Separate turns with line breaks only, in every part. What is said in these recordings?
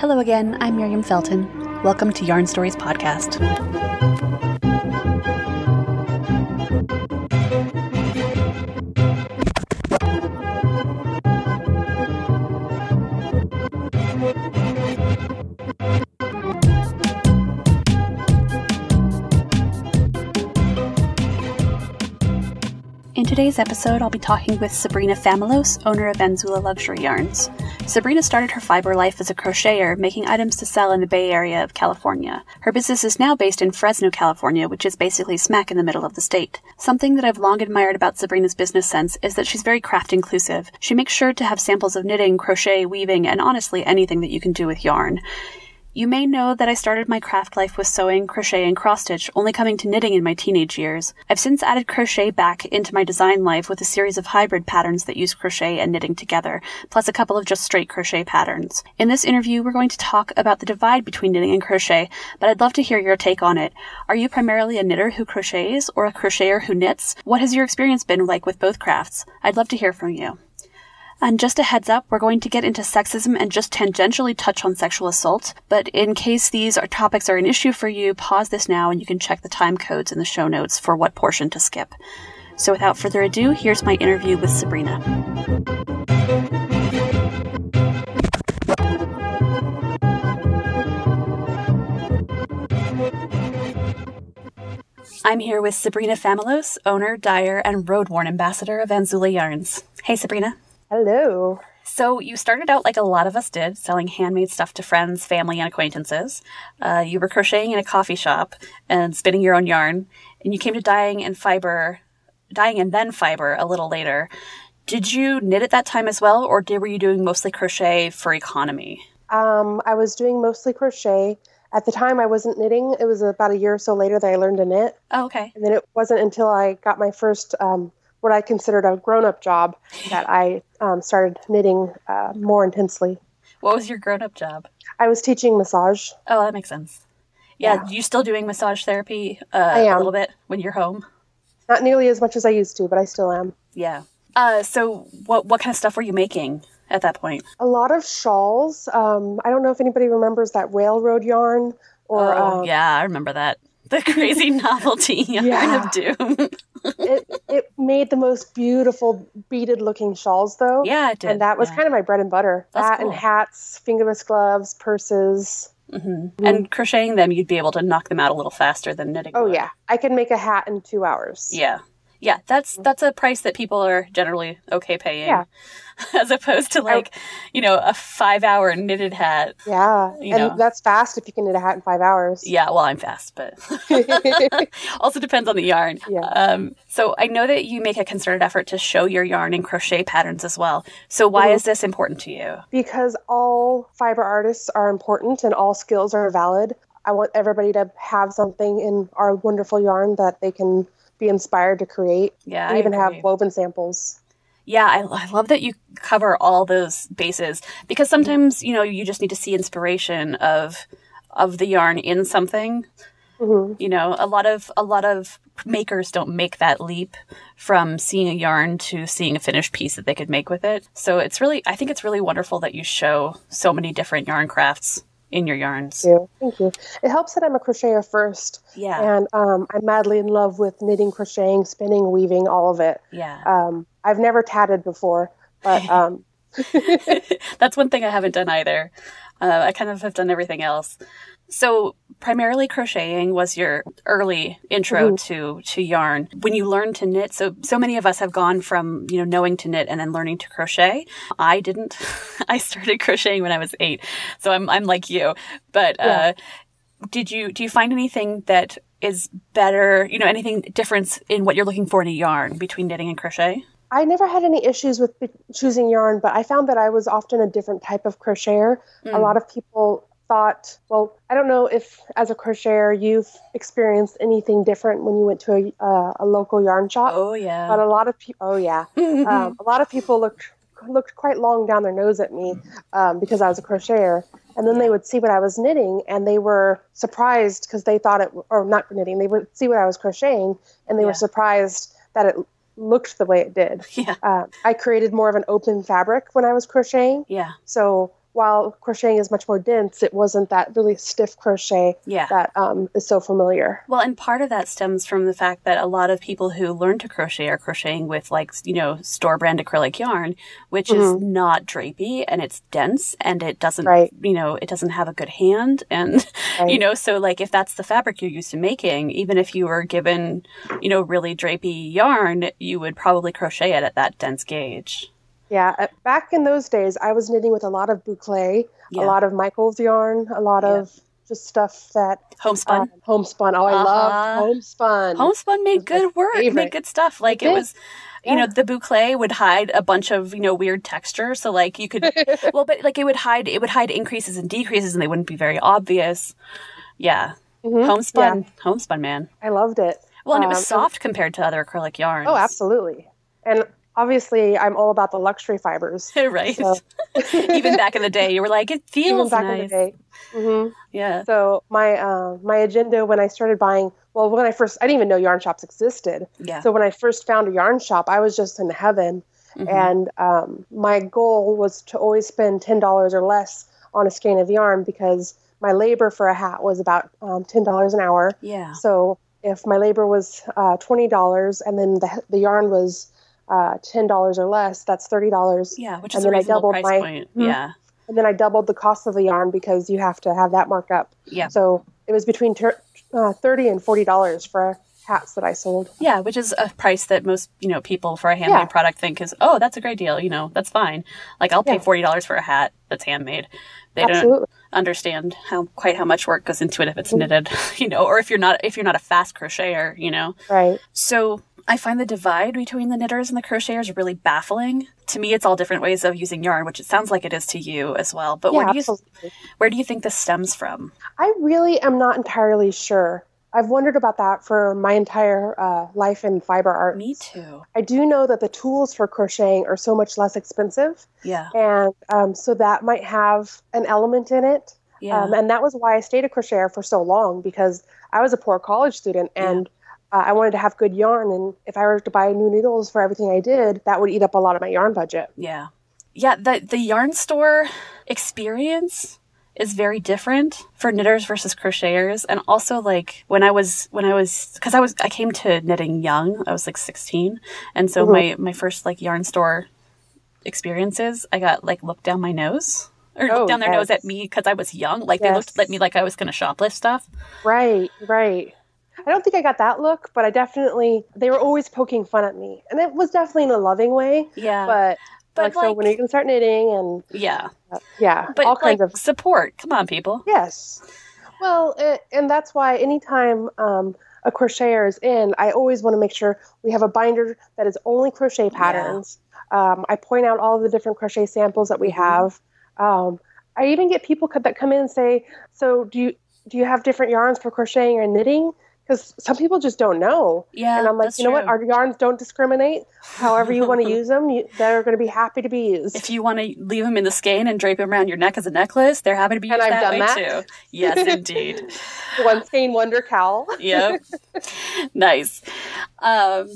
Hello again, I'm Miriam Felton. Welcome to Yarn Stories Podcast. In today's episode, I'll be talking with Sabrina Familos, owner of Enzula Luxury Yarns. Sabrina started her fiber life as a crocheter, making items to sell in the Bay Area of California. Her business is now based in Fresno, California, which is basically smack in the middle of the state. Something that I've long admired about Sabrina's business sense is that she's very craft inclusive. She makes sure to have samples of knitting, crochet, weaving, and honestly anything that you can do with yarn. You may know that I started my craft life with sewing, crochet, and cross stitch, only coming to knitting in my teenage years. I've since added crochet back into my design life with a series of hybrid patterns that use crochet and knitting together, plus a couple of just straight crochet patterns. In this interview, we're going to talk about the divide between knitting and crochet, but I'd love to hear your take on it. Are you primarily a knitter who crochets or a crocheter who knits? What has your experience been like with both crafts? I'd love to hear from you. And just a heads up, we're going to get into sexism and just tangentially touch on sexual assault. But in case these are topics are an issue for you, pause this now and you can check the time codes in the show notes for what portion to skip. So without further ado, here's my interview with Sabrina. I'm here with Sabrina Familos, owner, dyer, and road worn ambassador of Anzula Yarns. Hey, Sabrina.
Hello.
So you started out like a lot of us did, selling handmade stuff to friends, family, and acquaintances. Uh, you were crocheting in a coffee shop and spinning your own yarn, and you came to dyeing and fiber, dyeing and then fiber a little later. Did you knit at that time as well, or did, were you doing mostly crochet for economy?
Um, I was doing mostly crochet. At the time, I wasn't knitting. It was about a year or so later that I learned to knit.
Oh, okay.
And then it wasn't until I got my first, um, what I considered a grown up job, that I um, started knitting uh, more intensely.
What was your grown-up job?
I was teaching massage.
Oh, that makes sense. Yeah,
Yeah.
you still doing massage therapy uh, a
am.
little bit when you're home?
Not nearly as much as I used to, but I still am.
Yeah. Uh, so what what kind of stuff were you making at that point?
A lot of shawls. Um, I don't know if anybody remembers that railroad yarn or
oh,
um,
yeah, I remember that. The crazy novelty yarn
Yeah.
of doom.
it, it made the most beautiful beaded looking shawls, though.
yeah, it did.
And that was kind of my bread and butter.
That's
that
cool.
and hats, fingerless gloves, purses.
of. Mm-hmm. And crocheting them, you'd be able to knock them out a little faster than knitting.
Oh
would.
yeah, I can make a hat in two hours.
Yeah. Yeah, that's that's a price that people are generally okay paying,
Yeah.
as opposed to like, you know, a five-hour knitted hat.
yeah,
You
and
know.
that's fast if you can knit a hat in five hours.
Yeah, well, I'm fast, but also depends on the yarn.
Yeah.
Um, so I know that you make a concerted effort to show your yarn and crochet patterns as well. So why
Mhm.
is this important to you?
because all fiber artists are important and all skills are valid. I want everybody to have something in our wonderful yarn that they can be inspired to create.
Yeah,
I even
agree.
have woven samples.
Yeah, I, I love that you cover all those bases because sometimes you know you just need to see inspiration of of the yarn in something.
Mhm.
You know, a lot of a lot of makers don't make that leap from seeing a yarn to seeing a finished piece that they could make with it. So it's really, I think it's really wonderful that you show so many different yarn crafts in your yarns.
Thank you. Thank you. It helps that I'm a crocheter first,
Yeah,
and um, I'm madly in love with knitting, crocheting, spinning, weaving, all of it.
yeah.
Um, I've never tatted before, but um,
That's one thing I haven't done either. Uh, I kind of have done everything else. So primarily crocheting was your early intro to
Mm-hmm.
to yarn. When you learned to knit, so so many of us have gone from you know knowing to knit and then learning to crochet. I didn't. I started crocheting when I was eight, so I'm I'm like you. But uh,
Yeah.
did you do you find anything that is better? You know anything difference in what you're looking for in a yarn between knitting and crochet?
I never had any issues with p- choosing yarn, but I found that I was often a different type of crocheter. A
Hmm.
lot of people thought, well, I don't know if as a crocheter you've experienced anything different when you went to a, uh, a local yarn shop,
Oh yeah.
but a lot of people, oh yeah, um,
Mm-hmm.
a lot of people looked looked quite long down their nose at me um, because I was a crocheter. And then they would see what I was knitting, and they were surprised because they thought it, or not knitting, they would see what I was crocheting, and they
Yeah.
were surprised that it looked the way it did.
yeah.
Um, I created more of an open fabric when I was crocheting,
Yeah.
so while crocheting is much more dense, it wasn't that really stiff crochet
Yeah.
that um, is so familiar.
Well, and part of that stems from the fact that a lot of people who learn to crochet are crocheting with, like, you know, store brand acrylic yarn, which is not drapey and it's dense and it doesn't,
Mm-hmm. Right.
you know, it doesn't have a good hand. And, you
Right.
know, so like if that's the fabric you're used to making, even if you were given, you know, really drapey yarn, you would probably crochet it at that dense gauge.
Yeah, uh, back in those days, I was knitting with a lot of boucle,
Yeah.
a lot of Michael's yarn, a lot
Yeah.
of just stuff that
Homespun.
um, homespun. Oh, I
Uh-huh.
loved homespun.
Homespun made
was my
good work,
favorite.
made good stuff. Like it
did.
was, you know,
Yeah.
the boucle would hide a bunch of you know weird texture. So like you could, well, but like it would hide it would hide increases and decreases, and they wouldn't be very obvious. Yeah,
Mhm.
homespun, homespun man.
I loved it.
Well, and it was
Um,
soft compared to other acrylic yarns.
Oh, absolutely. And obviously, I'm all about the luxury fibers.
right.
So-
Even back in the day, you were like, it
Even
feels
back
nice.
in the day. hmm
Yeah.
So my uh, my agenda when I started buying, well, when I first, I didn't even know yarn shops existed.
Yeah.
So when I first found a yarn shop, I was just in heaven.
Mhm.
And um, my goal was to always spend ten dollars or less on a skein of yarn because my labor for a hat was about um, ten dollars an hour.
yeah.
So if my labor was uh, twenty dollars and then the the yarn was uh, ten dollars or less, that's thirty dollars.
Yeah, which
and
is a
then I
reasonable
doubled
price
my-
point.
Mhm.
Yeah.
And then I doubled the cost of the yarn because you have to have that markup.
Yeah.
So it was between ter- uh, thirty and forty dollars for hats that I sold.
Yeah, which is a price that most you know people for a handmade
Yeah.
product think is oh that's a great deal you know that's fine like I'll pay
Yeah.
forty dollars for a hat that's handmade. They don't
Absolutely.
understand how quite how much work goes into it if
Mm-hmm.
it's knitted you know or if you're not if you're not a fast crocheter you know
Right.
so I find the divide between the knitters and the crocheters really baffling. To me, it's all different ways of using yarn, which it sounds like it is to you as well. But where
yeah.
do you
Absolutely.
where do you think this stems from?
I really am not entirely sure. I've wondered about that for my entire uh, life in fiber art.
Me too.
I do know that the tools for crocheting are so much less expensive,
Yeah,
and um, so that might have an element in it.
yeah,
Um, and that was why I stayed a crocheter for so long because I was a poor college student and uh, I wanted to have good yarn. And if I were to buy new needles for everything I did, that would eat up a lot of my yarn budget.
yeah, yeah. The the yarn store experience is very different for knitters versus crocheters, and also like when I was when I was because I was I came to knitting young. I was like sixteen, and so my
Mm-hmm.
my first like yarn store experiences, I got like looked down my nose or
Oh,
looked down their nose
yes.
at me because I was young. Like they looked
Yes.
at me like I was going to shoplift stuff.
Right, right. I don't think I got that look, but I definitely, they were always poking fun at me. And it was definitely in a loving way.
Yeah,
But, like, so when are you going to start knitting? And
yeah,
uh, yeah,
but
all
like
kinds of
support. Come on, people.
Yes. Well, a- and that's why anytime um, a crocheter is in, I always want to make sure we have a binder that is only crochet patterns. Um, I point out all the different crochet samples that we
Mhm.
have. Um, I even get people co- that come in and say, "So do you do you have different yarns for crocheting or knitting?" Because some people just don't know.
Yeah,
and I'm like,
that's
you know what?
true.
Our yarns don't discriminate. However you want to use them, you, they're going to be happy to be used.
if you want to leave them in the skein and drape them around your neck as a necklace, they're happy to be
And
used
I've
that
done
way
that.
too. Yes, indeed.
One skein wonder cowl.
yep. nice. Um,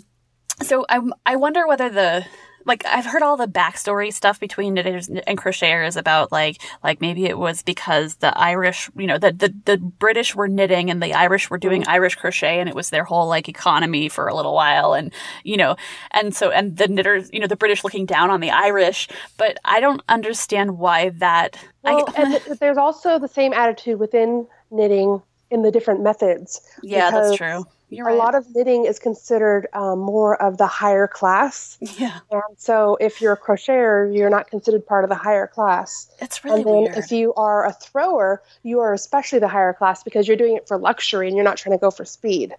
so I I wonder whether the like I've heard all the backstory stuff between knitters and crocheters about like like maybe it was because the Irish you know the the, the British were knitting and the Irish were
Mm-hmm.
doing Irish crochet and it was their whole like economy for a little while and you know and so and the knitters you know the British looking down on the Irish but I don't understand why that
Well,
I,
and th- there's also the same attitude within knitting in the different methods.
yeah that's
because
true you're
A
right
lot of knitting is considered um, more of the higher class,
yeah
and so if you're a crocheter, you're not considered part of the higher class.
it's really
and then
weird
if you are a thrower, you are especially the higher class because you're doing it for luxury and you're not trying to go for speed.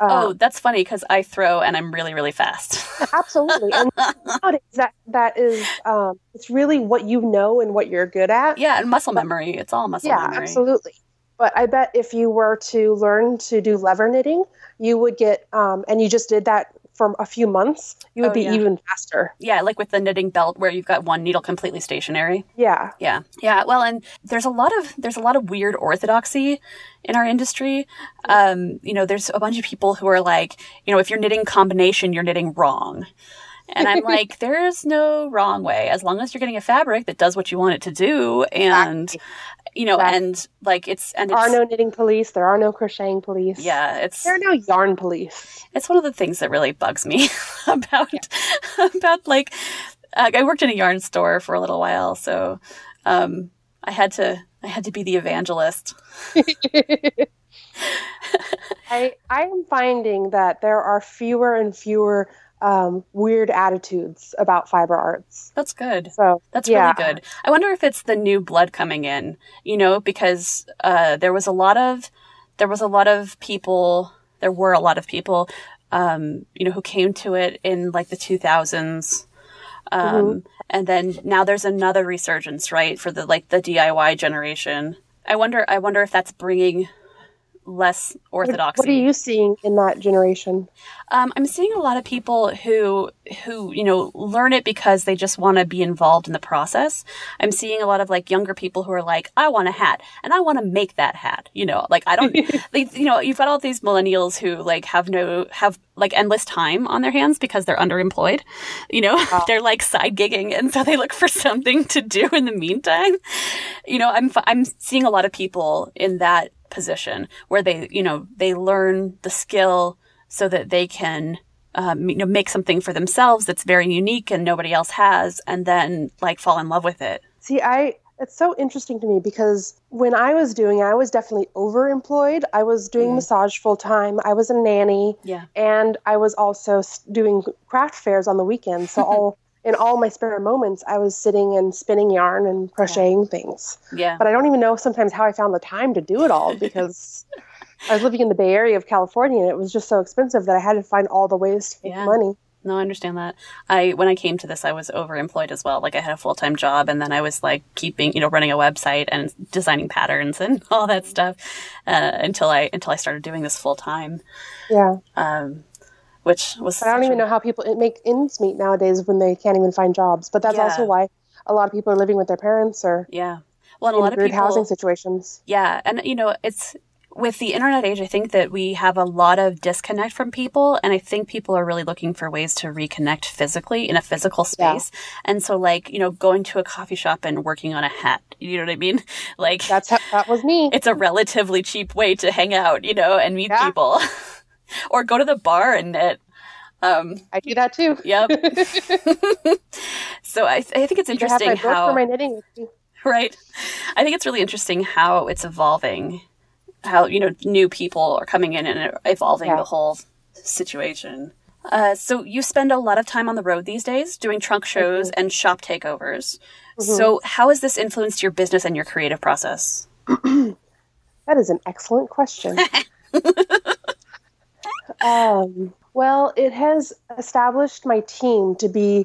Oh,
Um,
that's funny because I throw and I'm really, really fast.
absolutely. And nowadays, that that is um, it's really what you know and what you're good at.
yeah, and muscle memory. It's all muscle
yeah,
memory.
absolutely. But I bet if you were to learn to do lever knitting, you would get, um, and you just did that for a few months, you would
Oh,
be
yeah.
even faster.
Yeah, like with the knitting belt where you've got one needle completely stationary.
Yeah.
Yeah. Yeah. Well, and there's a lot of there's a lot of weird orthodoxy in our industry. Um, you know, there's a bunch of people who are like, you know, if you're knitting combination, you're knitting wrong. And I'm like, there's no wrong way as long as you're getting a fabric that does what you want it to do. And,
Exactly.
you know,
Exactly.
and like it's, and
There
it's,
are no knitting police. There are no crocheting police.
yeah, it's,
There are no yarn police.
it's one of the things that really bugs me about about like uh, I worked in a yarn store for a little while, so um, I had to I had to be the evangelist.
I I am finding that there are fewer and fewer um, weird attitudes about fiber arts.
That's good.
So
That's
Yeah.
really good. I wonder if it's the new blood coming in, you know, because uh, there was a lot of there was a lot of people, there were a lot of people, um, you know, who came to it in like the 2000s. Um,
Mm-hmm.
And then now there's another resurgence, right, for the like the DIY generation. I wonder. I wonder if that's bringing less orthodoxy.
What are you seeing in that generation?
Um, I'm seeing a lot of people who who you know learn it because they just want to be involved in the process. I'm seeing a lot of like younger people who are like, I want a hat and I want to make that hat. You know, like I don't, like, you know, you've got all these millennials who like have no have like endless time on their hands because they're underemployed. You know, they're like side gigging, and so they look for something to do in the meantime. You know, I'm f- I'm seeing a lot of people in that position where they you know they learn the skill so that they can um, you know make something for themselves that's very unique and nobody else has and then like fall in love with it
See, I it's so interesting to me because when I was doing, it, I was definitely overemployed. I was doing
Mm.
massage full time. I was a nanny,
yeah
and I was also s- doing craft fairs on the weekends. So all in all my spare moments, I was sitting and spinning yarn and crocheting things.
yeah
but I don't even know sometimes how I found the time to do it all because I was living in the Bay Area of California and it was just so expensive that I had to find all the ways to make
Yeah.
money.
no i understand that i when i came to this i was overemployed as well like i had a full-time job and then i was like keeping you know running a website and designing patterns and all that stuff uh, until i until i started doing this full-time
Yeah,
um, which was
but I don't
such
even
a-
know how people it make ends meet nowadays when they can't even find jobs. But that's
Yeah.
also why a lot of people are living with their parents or
yeah well and a
in
lot of
weird
people
housing situations.
Yeah, and you know, it's with the internet age, I think that we have a lot of disconnect from people, and I think people are really looking for ways to reconnect physically in a physical
Yeah.
space. And so, like, you know, going to a coffee shop and working on a hat, you know what I mean? Like,
That's how, that was me.
it's a relatively cheap way to hang out, you know, and meet
Yeah.
people, or go to the bar and knit. Um,
I do that too.
yep. so I, I think it's
I have
interesting
my book
how
for my knitting. with me.
right i think it's really interesting how it's evolving how you know new people are coming in and e-, evolving
Yeah.
the whole situation uh, so you spend a lot of time on the road these days doing trunk shows and shop takeovers so how has this influenced your business and your creative process
That is an excellent question. um, well, it has established my team to be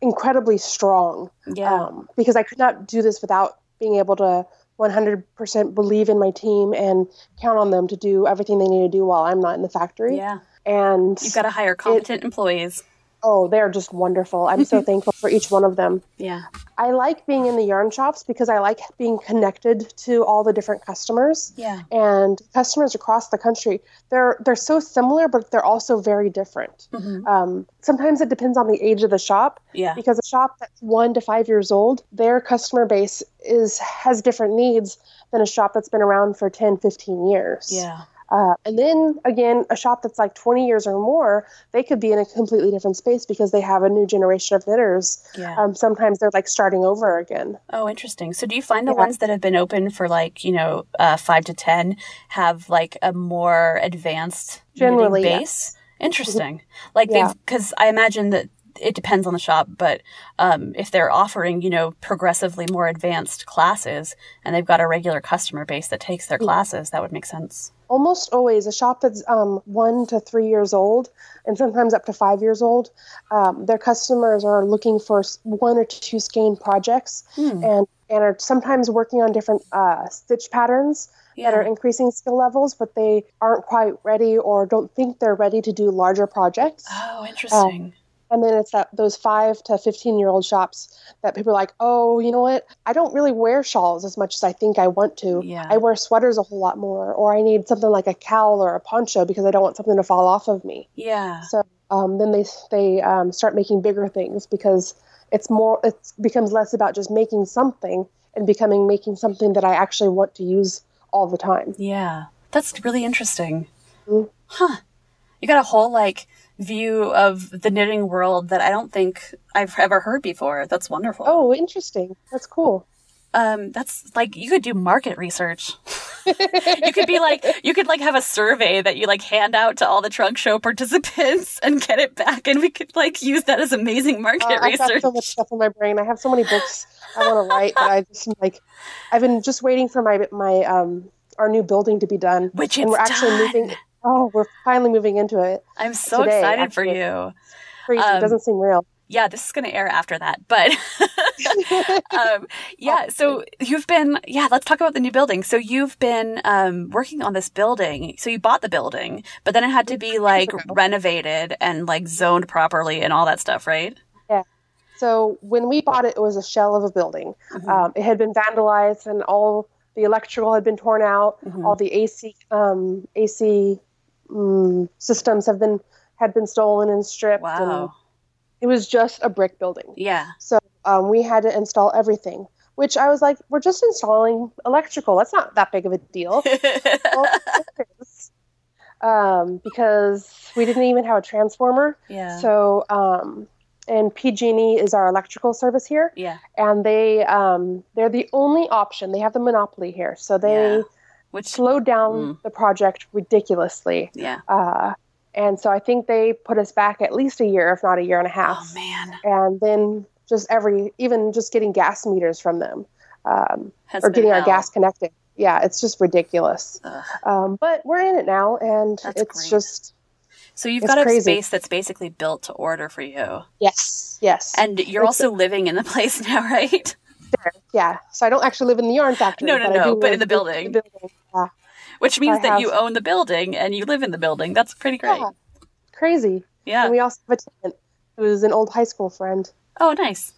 incredibly strong
yeah
um, because I could not do this without being able to 100% believe in my team and count on them to do everything they need to do while I'm not in the factory.
yeah
And
you've got to hire competent employees
oh, they're just wonderful. I'm so thankful for each one of them.
yeah
I like being in the yarn shops because I like being connected to all the different customers
yeah
and customers across the country they're they're so similar but they're also very different
hmm
um, sometimes it depends on the age of the shop
yeah
because a shop that's one to five years old their customer base is has different needs than a shop that's been around for 10 15 years
yeah
uh, and then again a shop that's like 20 years or more they could be in a completely different space because they have a new generation of knitters
yeah
um, sometimes they're like starting over again
Oh, interesting. So, do you find the
Yeah.
ones that have been open for like you know uh, five to ten have like a more advanced knitting
Generally,
base? Interesting. Like
Yeah.
they've because I imagine that it depends on the shop, but um, if they're offering you know progressively more advanced classes and they've got a regular customer base that takes their classes, that would make sense.
almost always a shop that's um, one to three years old and sometimes up to five years old um, their customers are looking for s- one or two skein projects
Hmm.
and, and are sometimes working on different uh, stitch patterns that are
Yeah.
increasing skill levels but they aren't quite ready or don't think they're ready to do larger projects
Oh, interesting.
and then it's that those five to 15 year old shops that people are like oh you know what i don't really wear shawls as much as i think i want to
Yeah.
i wear sweaters a whole lot more or i need something like a cowl or a poncho because i don't want something to fall off of me
yeah.
so um, then they they um, start making bigger things because it's more it becomes less about just making something and becoming making something that I actually want to use all the time.
Yeah. That's really interesting.
Mhm.
Huh. You got a whole like view of the knitting world that I don't think I've ever heard before. That's wonderful.
Oh, interesting. That's cool.
Um that's like you could do market research. you could be like you could like have a survey that you like hand out to all the trunk show participants and get it back and we could like use that as amazing market
Uh, I've got
research.
so much stuff in my brain. I have so many books I want to write, but I just am like I've been just waiting for my my um our new building to be done,
Which
and
it's
we're actually
done.
moving. Oh, we're finally moving into it.
I'm so
today,
excited for
actually.
you.
Crazy.
Um,
it doesn't seem real.
yeah, this is going to air after that. But um, yeah, so you've been, yeah, let's talk about the new building. So you've been um, working on this building. So you bought the building, but then it had to be like renovated and like zoned properly and all that stuff, right?
So when we bought it, it was a shell of a building.
Mhm.
Um, it had been vandalized, and all the electrical had been torn out.
Mhm.
All the AC um, AC mm, systems have been had been stolen and stripped. And
Wow.
it was just a brick building.
Yeah.
So um, we had to install everything. Which I was like, we're just installing electrical. That's not that big of a deal. well, it is, um, because we didn't even have a transformer.
yeah.
So, um, and PG&E is our electrical service here,
yeah.
and they um, they're the only option. They have the monopoly here, so they
Yeah. Which,
slowed down
Mm.
the project ridiculously.
yeah.
Uh, and so I think they put us back at least a year, if not a year and a
Oh,
half.
man.
and then just every, even just getting gas meters from them, um,
Has
or
been
getting our
hell.
gas connected. Yeah, it's just ridiculous.
Ugh.
Um, but we're in it now, and
That's
it's
great.
just
So you've
It's
got a
crazy.
space that's basically built to order for you.
yes, yes,
And you're
It's-
also living in the place now, right?
yeah. So I don't actually live in the yarn factory.
No, no,
but I
no,
do
but
live
in the building.
Yeah.
Which means
I
that
have-
you own the building and you live in the building. That's pretty great.
Yeah. Crazy.
Yeah.
And we also have a tenant who's an old high school friend.
Oh, nice.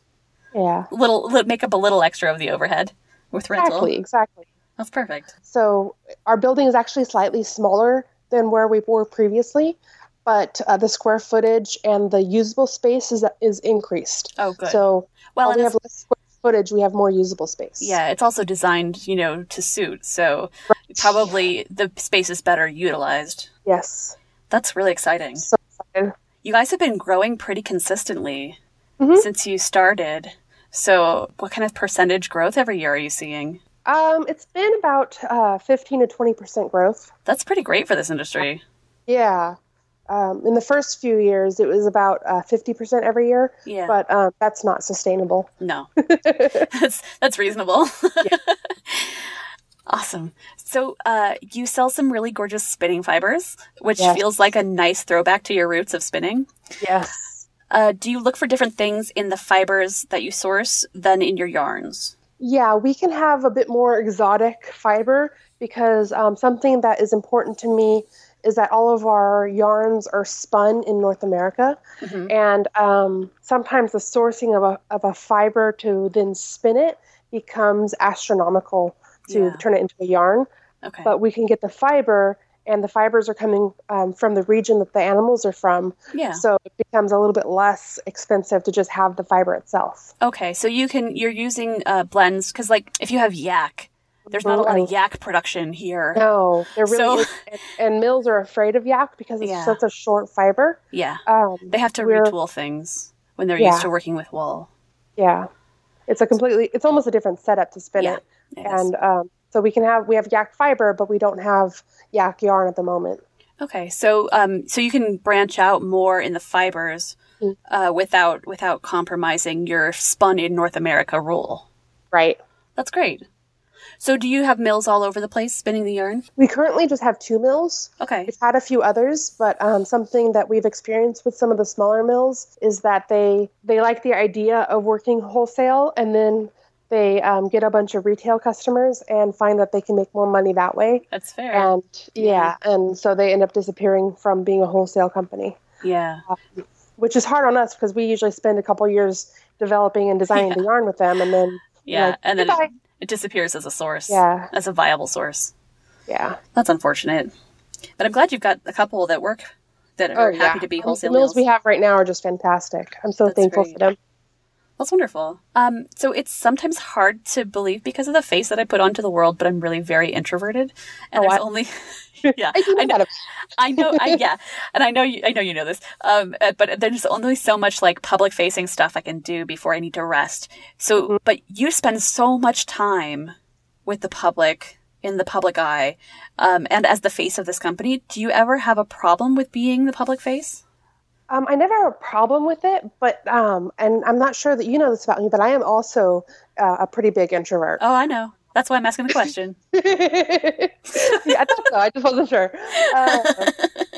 Yeah.
Little, li- make up a little extra of the overhead with rental.
Exactly, exactly.
That's perfect.
So our building is actually slightly smaller than where we were previously, but uh, the square footage and the usable space is is increased.
Oh, good.
So
well,
while
and
we
it's,
have less square footage, we have more usable space.
yeah, it's also designed, you know, to suit. So probably the space is better utilized.
Yes.
That's really exciting.
So excited.
You guys have been growing pretty consistently
Mhm.
since you started. So, what kind of percentage growth every year are you seeing?
Um, it's been about uh, fifteen to twenty percent growth.
That's pretty great for this industry.
Yeah. Um, in the first few years, it was about uh, fifty percent every year,
Yeah.
but um, that's not sustainable.
No. that's that's reasonable. awesome. So uh, you sell some really gorgeous spinning fibers, which
Yes.
feels like a nice throwback to your roots of spinning.
Yes.
Uh, do you look for different things in the fibers that you source than in your yarns?
Yeah, we can have a bit more exotic fiber because um, something that is important to me is that all of our yarns are spun in North America.
Mhm.
And um, sometimes the sourcing of a, of a fiber to then spin it becomes astronomical to
Yeah.
turn it into a yarn.
Okay.
But we can get the fiber, and the fibers are coming um, from the region that the animals are from.
yeah.
So it becomes a little bit less expensive to just have the fiber itself.
Okay. So you can you're using uh, blends because like if you have yak, there's not a
Mm-hmm.
lot of yak production here.
No, there really
So-
is. And, and mills are afraid of yak because it's
Yeah.
such a short fiber.
Yeah.
Um,
They have to
We're-
retool things when they're
Yeah.
used to working with wool.
yeah, it's a completely, it's almost a different setup to spin
Yeah,
it.
It is.
And um, so we can have, we have yak fiber, but we don't have yak yarn at the moment.
Okay, so um, so you can branch out more in the fibers
Mm.
uh, without without compromising your spun in North America rule.
Right.
That's great. So do you have mills all over the place spinning the yarn?
We currently just have two mills.
Okay.
We've had a few others, but um, something that we've experienced with some of the smaller mills is that they they like the idea of working wholesale, and then they um, get a bunch of retail customers and find that they can make more money that way.
That's fair.
and yeah, and so they end up disappearing from being a wholesale company,
yeah.
uh, which is hard on us because we usually spend a couple years developing and designing the yarn with them, and then we're
Yeah,
like,
and then it-
"Goodbye."
It disappears as a source.
yeah,
As a viable source.
yeah,
That's unfortunate. But I'm glad you've got a couple that work that are
Oh, yeah.
happy to be
I mean,
wholesale
The mills we have right now are just fantastic. I'm so
That's
thankful
great.
for them.
That's wonderful. Um, so it's sometimes hard to believe because of the face that I put onto the world, but I'm really very introverted, and
Oh,
there's
I-
only yeah,
I do know
I know,
that.
I know, I, yeah, and I know you, I know you know this. Um, uh, but there's only so much like public facing stuff I can do before I need to rest. So,
Mm-hmm.
but you spend so much time with the public in the public eye, um, and as the face of this company, do you ever have a problem with being the public face?
Um, I never have a problem with it, but um, and I'm not sure that you know this about me, but I am also uh, a pretty big introvert.
Oh, I know. That's why I'm asking the question.
yeah, I thought so. I just wasn't sure. Uh,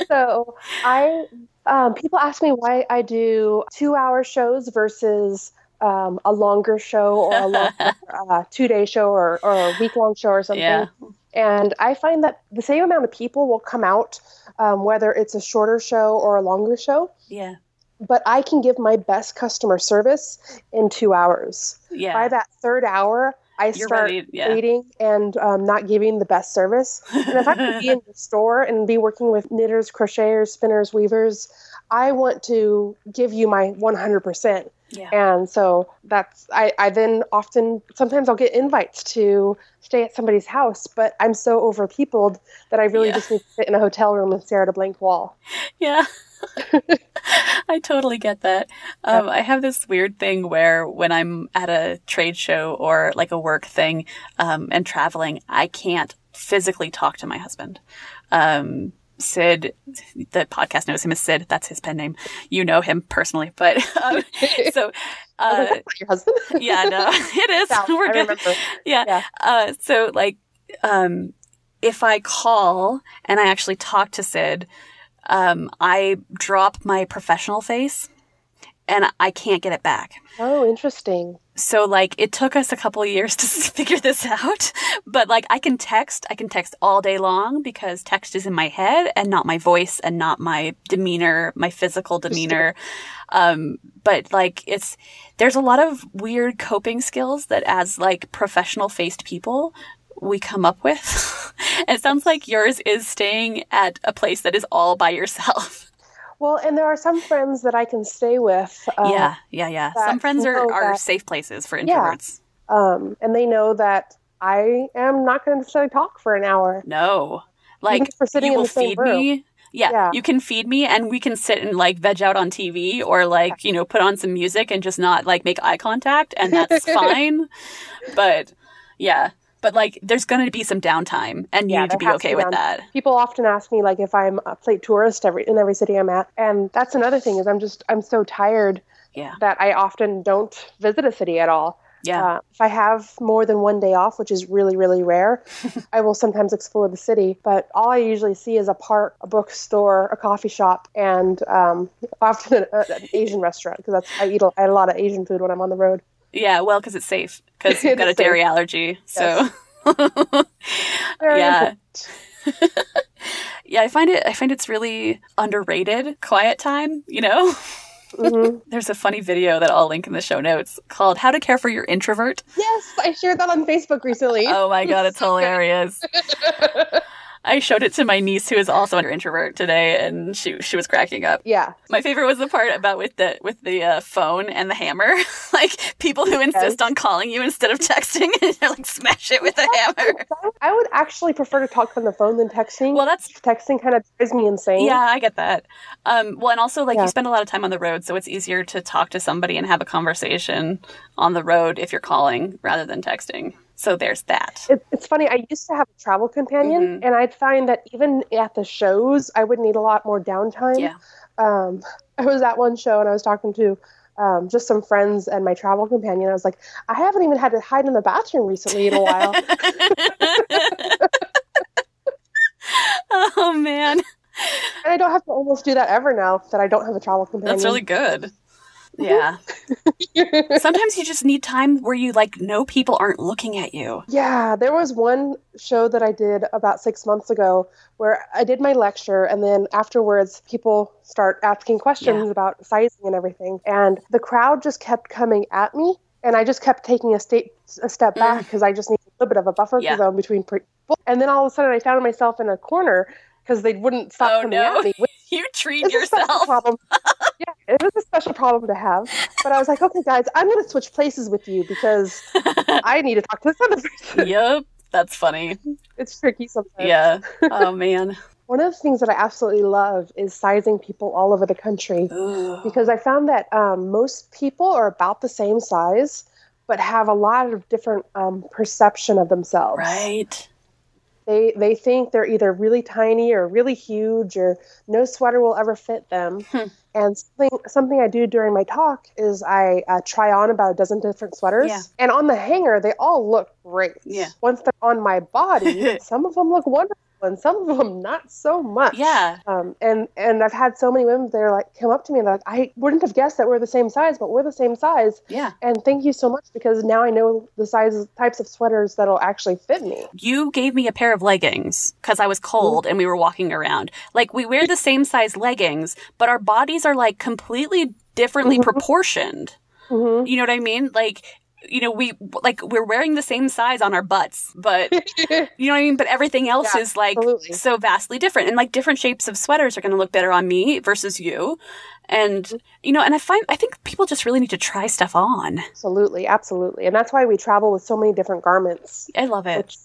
so I, um, people ask me why I do two-hour shows versus um, a longer show or a longer, uh, two-day show or, or a week-long show or something.
Yeah.
And I find that the same amount of people will come out, um, whether it's a shorter show or a longer show.
Yeah.
But I can give my best customer service in two hours.
Yeah.
By that third hour, I
You're
start
ready. Yeah.
waiting and um, not giving the best service. And if I could be in the store and be working with knitters, crocheters, spinners, weavers, I want to give you my 100%.
yeah.
And so that's, I, I then often, sometimes I'll get invites to stay at somebody's house, but I'm so overpeopled that I really
Yeah.
just need to sit in a hotel room and stare at a blank wall.
Yeah. I totally get that. Um, I have this weird thing where when I'm at a trade show or like a work thing um, and traveling, I can't physically talk to my husband. Um, Sid, the podcast knows him as Sid. That's his pen name. You know him personally, but um, so
I was
uh,
like, "That's your husband?
yeah, no, it is.
Yeah,
We're
I
good
remember.
yeah.
Yeah.
Uh, so like, um, if I call and I actually talk to Sid, um, I drop my professional face and I can't get it back.
Oh, interesting.
So like it took us a couple of years to figure this out, but like I can text, I can text all day long because text is in my head and not my voice and not my demeanor, my physical demeanor. Um, but like it's there's a lot of weird coping skills that as like professional faced people we come up with. it sounds like yours is staying at a place that is all by yourself.
Well, and there are some friends that I can stay with. uh,
yeah, yeah, yeah.
that-
Some friends are,
no,
are
that-
safe places for
Yeah.
introverts.
um, and they know that I am not going to necessarily talk for an hour.
No. Like
if we're sitting
you
in
will
the same
feed
room.
me. Yeah,
Yeah.
you can feed me and we can sit and like veg out on TV or like, you know, put on some music and just not like make eye contact and that's fine. But yeah, but like there's going to be some downtime and you
Yeah,
need to
there
be
has
okay
to be
with
downtime.
that.
People often ask me like if I'm a plate tourist every in every city I'm at, and that's another thing is I'm just I'm so tired
Yeah.
that I often don't visit a city at all.
Yeah.
Uh, if I have more than one day off, which is really really rare, I will sometimes explore the city. But all I usually see is a park, a bookstore, a coffee shop, and um, often an, an Asian restaurant because that's I eat a, I eat a lot of Asian food when I'm on the road.
yeah, well cuz it's safe cuz you've
It
got a
is safe.
dairy allergy. So
Very
Yeah.
important.
yeah, I find it I find it's really underrated quiet time, you know?
Mhm.
There's a funny video that I'll link in the show notes called How to Care for Your Introvert.
Yes, I shared that on Facebook recently.
Oh my god, it's hilarious. I showed it to my niece who is also an introvert today and she she was cracking up.
Yeah.
My favorite was the part about with the with the uh, phone and the hammer. like people who insist on calling you instead of texting and they're like smash it with a hammer.
I would actually prefer to talk on the phone than texting.
Well, that's
texting kind of drives me insane.
yeah, I get that. Um, well, and also like
Yeah.
you spend a lot of time on the road, so it's easier to talk to somebody and have a conversation on the road if you're calling rather than texting. So there's that.
It, it's funny. I used to have a travel companion,
Mhm.
and I'd find that even at the shows, I would need a lot more downtime.
Yeah.
Um, I was at one show, and I was talking to um, just some friends and my travel companion. I was like, I haven't even had to hide in the bathroom recently in a while.
oh man,
and I don't have to almost do that ever now that I don't have a travel companion.
that's really good. Yeah. Sometimes you just need time where you like know people aren't looking at you.
Yeah, there was one show that I did about six months ago where I did my lecture, and then afterwards, people start asking questions about sizing and everything. And the crowd just kept coming at me, and I just kept taking a, state, a step back because I just needed a little bit of a buffer
Mm. Yeah.
zone between people. And then all of a sudden, I found myself in a corner because they wouldn't stop
Oh,
coming
no.
at me, which
you treat
It's a special
yourself.
problem. yeah, it was a special problem to have. But I was like, okay, guys, I'm going to switch places with you because I need to talk to this other person.
yep, that's funny.
It's tricky sometimes.
Yeah. Oh man.
One of the things that I absolutely love is sizing people all over the country
Ooh.
because I found that um, most people are about the same size but have a lot of different um, perception of themselves.
Right.
They they think they're either really tiny or really huge or no sweater will ever fit them.
Hmm.
And something something I do during my talk is I uh, try on about a dozen different sweaters.
Yeah.
And on the hanger, they all look great.
Yeah.
Once they're on my body, some of them look wonderful and some of them not so much.
Yeah.
Um, and and I've had so many women that are like come up to me and they're like I wouldn't have guessed that we're the same size, but we're the same size.
Yeah.
And thank you so much because now I know the sizes types of sweaters that'll actually fit me.
You gave me a pair of leggings because I was cold and we were walking around. Like we wear the same size leggings, but our bodies are like completely differently
Mhm.
proportioned.
hmm
You know what I mean? Like, you know, we like we're wearing the same size on our butts, but you know what I mean? But everything else
Yeah,
is like
absolutely.
so vastly different. And like different shapes of sweaters are going to look better on me versus you. And
Mm-hmm.
you know, and I find I think people just really need to try stuff on.
Absolutely, absolutely, and that's why we travel with so many different garments.
I love it.
Which,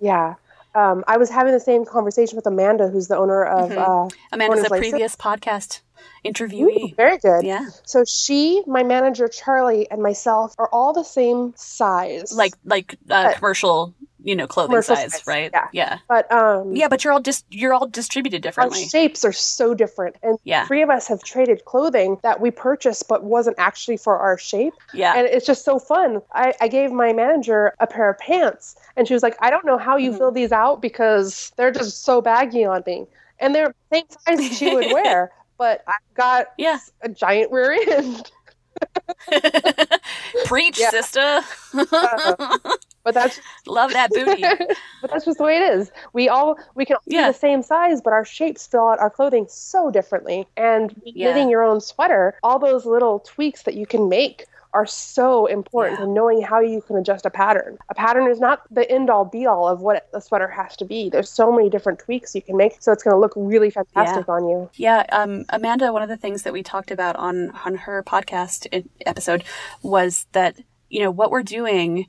yeah, um, I was having the same conversation with Amanda, who's the owner of. uh,
Mhm. Amanda's a
Corner's Laces.
previous podcast
Uh, Ooh,
interviewee.
very good.
Yeah.
So she, my manager Charlie, and myself are all the same size.
Like like uh,
But-
commercial, you know, clothing
Commercial
size,
size,
right?
yeah.
Yeah.
but um,
Yeah, but you're all just you're all distributed
our
differently.
shapes are so different, and
Yeah.
three of us have traded clothing that we purchased but wasn't actually for our shape
Yeah.
and it's just so fun I, I gave my manager a pair of pants and she was like i don't know how you
Mhm.
fill these out because they're just so baggy on me and they're the same size that she would wear but i got
yeah.
a giant rear end
Preach,
Yeah.
sister.
Uh, but that's
Love that booty.
but that's just the way it is we all we can all
Yeah.
be the same size but our shapes fill out our clothing so differently and
Yeah.
knitting your own sweater all those little tweaks that you can make are so important
Yeah.
and knowing how you can adjust a pattern a pattern is not the end all be all of what a sweater has to be there's so many different tweaks you can make so it's going to look really fantastic on you
Yeah, um, Amanda. One of the things that we talked about on on her podcast i- episode was that you know what we're doing,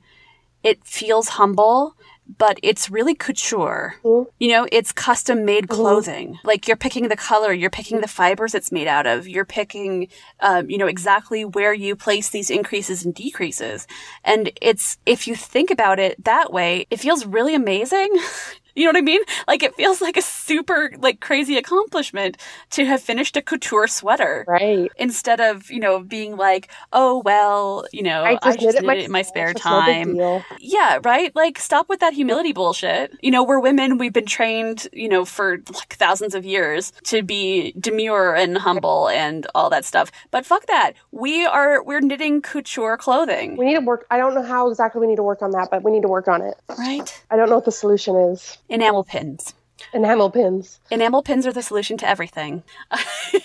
it feels humble, but it's really couture.
Mhm.
You know, it's custom made
Mhm.
clothing. Like you're picking the color, you're picking the fibers it's made out of, you're picking, um, you know, exactly where you place these increases and decreases. And it's if you think about it that way, it feels really amazing. You know what I mean? Like it feels like a super like crazy accomplishment to have finished a couture sweater
right
instead of, you know, being like, "Oh well, you know, Oh, I just, knit it, in my
myself.
spare
It's no big
time."
deal.
Yeah, right? Like stop with that humility bullshit. You know, we're women, we've been trained, you know, for like thousands of years to be demure and humble and all that stuff. But fuck that. We are we're knitting couture clothing,
we need to work i don't know how exactly we need to work on that but we need to work on it
right?
i don't know what the solution is
Enamel pins.
enamel pins
enamel pins are the solution to everything.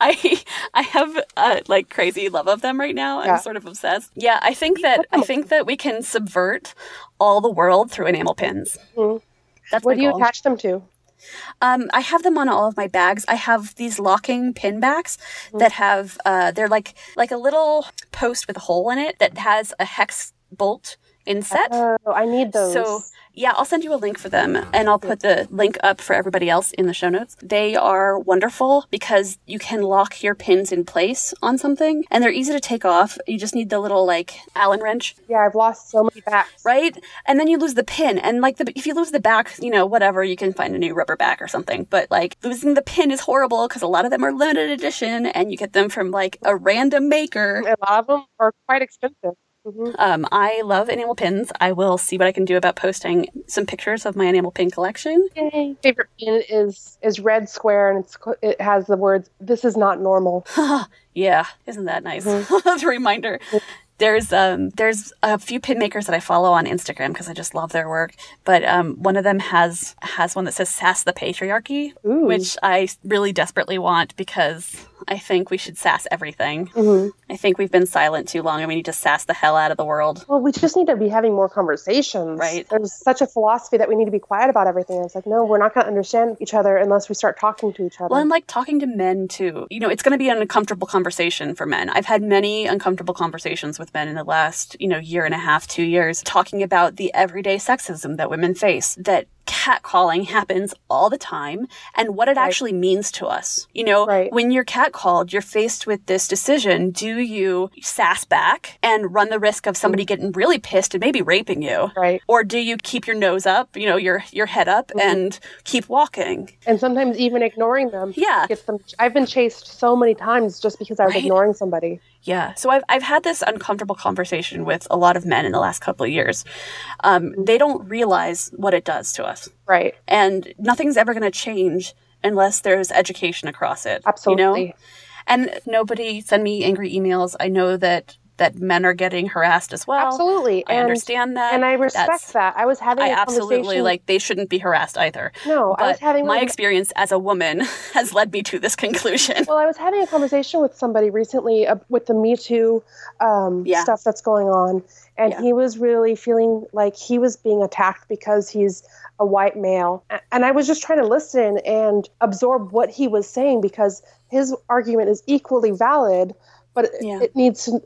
I I have uh, like crazy love of them right now.
Yeah.
I'm sort of obsessed. Yeah, I think that I think that we can subvert all the world through enamel pins.
Mhm.
That's
what
my
do you
goal.
attach them to
Um, I have them on all of my bags. I have these locking pin backs that have uh, they're like like a little post with a hole in it that has a hex bolt inset.
Oh, I need those.
So yeah, I'll send you a link for them and I'll put the link up for everybody else in the show notes. They are wonderful because you can lock your pins in place on something and they're easy to take off. You just need the little like Allen wrench,
yeah, I've lost so many backs.
right? And then you lose the pin and like the if you lose the back, you know, whatever, you can find a new rubber back or something. But like losing the pin is horrible cuz a lot of them are limited edition and you get them from like a random maker.
A lot of them are quite expensive. hmm
Um, I love enamel pins. I will see what I can do about posting some pictures of my enamel pin collection.
Yay. Favorite pin is is red square, and it's co- it has the words "This is not normal."
yeah, isn't that nice? the reminder. There's um there's a few pin makers that I follow on Instagram because I just love their work. But um one of them has has one that says "Sass the Patriarchy,"
Ooh.
which I really desperately want because I think we should sass everything.
Mhm.
I think we've been silent too long and we need to sass the hell out of the world.
Well, we just need to be having more conversations.
Right.
There's such a philosophy that we need to be quiet about everything. It's like, no, we're not going to understand each other unless we start talking to each other.
Well, and like talking to men too, you know, it's going to be an uncomfortable conversation for men. I've had many uncomfortable conversations with men in the last, you know, year and a half, two years, talking about the everyday sexism that women face, that catcalling happens all the time and what it
Right.
actually means to us. You know,
Right.
when you're catcalled, you're faced with this decision. Do you sass back and run the risk of somebody getting really pissed and maybe raping you?
Mm-hmm. right. Mm-hmm.
Or do you keep your nose up, you know, your your head up and keep walking?
And sometimes even ignoring them.
Yeah.
Gets them. I've been chased so many times just because I was
Right.
ignoring somebody.
Yeah. So I've, I've had this uncomfortable conversation with a lot of men in the last couple of years. Um, they don't realize what it does to us.
Right.
And nothing's ever going to change unless there's education across it.
Absolutely.
You know? And nobody send me angry emails. I know that, that men are getting harassed as well.
Absolutely.
I
and,
understand that.
And I
That's-
respect that. I was having a
I absolutely
conversation.
like they shouldn't be harassed either.
No, I was
But
having
my
like,
experience as a woman has led me to this conclusion.
Well, I was having a conversation with somebody recently uh, with the Me Too um,
Yeah.
stuff that's going on, and
Yeah.
he was really feeling like he was being attacked because he's a white male. A- And I was just trying to listen and absorb what he was saying because his argument is equally valid, but it,
Yeah.
it needs to,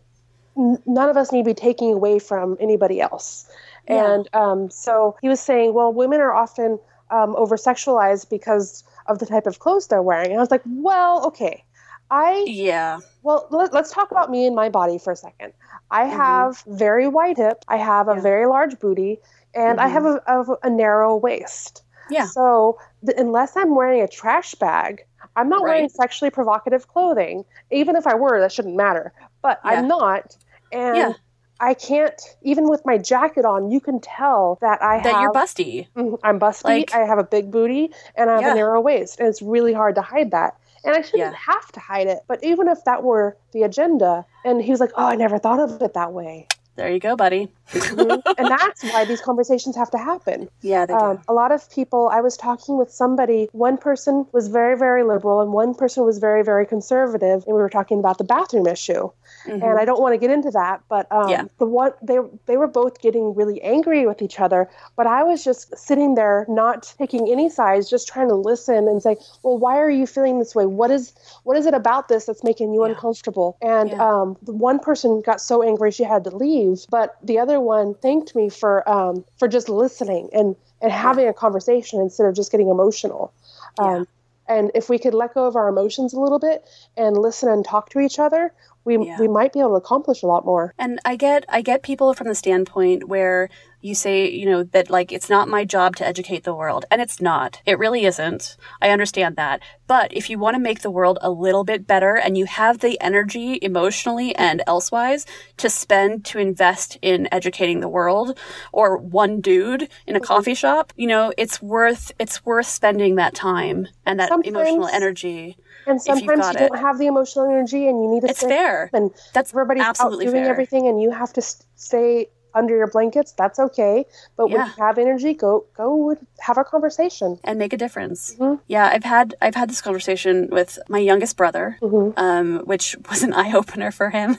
n- none of us need to be taking away from anybody else.
Yeah.
And um, so he was saying, well, women are often um, over sexualized because of the type of clothes they're wearing. And I was like, well, okay. I,
Yeah.
well, let, let's talk about me and my body for a second. I
Mhm.
have very wide hip, I have a
Yeah.
very large booty, and I
Mhm.
have a, of a narrow waist.
Yeah.
So th- unless I'm wearing a trash bag, I'm not wearing
Right.
sexually provocative clothing. Even if I were, that shouldn't matter. But
Yeah.
I'm not. And
Yeah.
I can't, even with my jacket on, you can tell that I
That
have.
you're busty.
Mhm. I'm busty.
Like-
I have a big booty and I have
Yeah.
a narrow waist, and it's really hard to hide that. And I shouldn't
Yeah.
have to hide it. But even if that were the agenda, and he was like, "Oh, I never thought of it that way,"
There you go, buddy.
Mhm. and that's why these conversations have to happen.
Yeah, they do.
Um, a lot of people. I was talking with somebody. One person was very, very liberal, and one person was very, very conservative. And we were talking about the bathroom issue
Mhm.
and I don't want to get into that, but um,
Yeah.
the one they they were both getting really angry with each other, but I was just sitting there not taking any sides, just trying to listen and say, well, why are you feeling this way? What is what is it about this that's making you
Yeah.
uncomfortable? And
Yeah.
um, the one person got so angry she had to leave, but the other one thanked me for um, for just listening and and having a conversation instead of just getting emotional. Um, And if we could let go of our emotions a little bit and listen and talk to each other, we
Yeah.
we might be able to accomplish a lot more.
And I get I get people from the standpoint where you say, you know, that like it's not my job to educate the world, and it's not. It really isn't. I understand that. But if you want to make the world a little bit better and you have the energy emotionally and elsewise to spend to invest in educating the world or one dude in a
Mm-hmm.
coffee shop, you know, it's worth it's worth spending that time and that
Sometimes-
emotional energy.
And
you've
sometimes
got
you don't have the emotional energy, and you need to
It's
stay
fair.
up and
That's
everybody's
absolutely
out doing
fair.
everything, and you have to s stay under your blankets. That's okay. But when
Yeah.
you have energy, go go and have a conversation.
and make a difference.
Mhm.
Yeah, I've had I've had this conversation with my youngest brother,
hmm
um, which was an eye opener for him.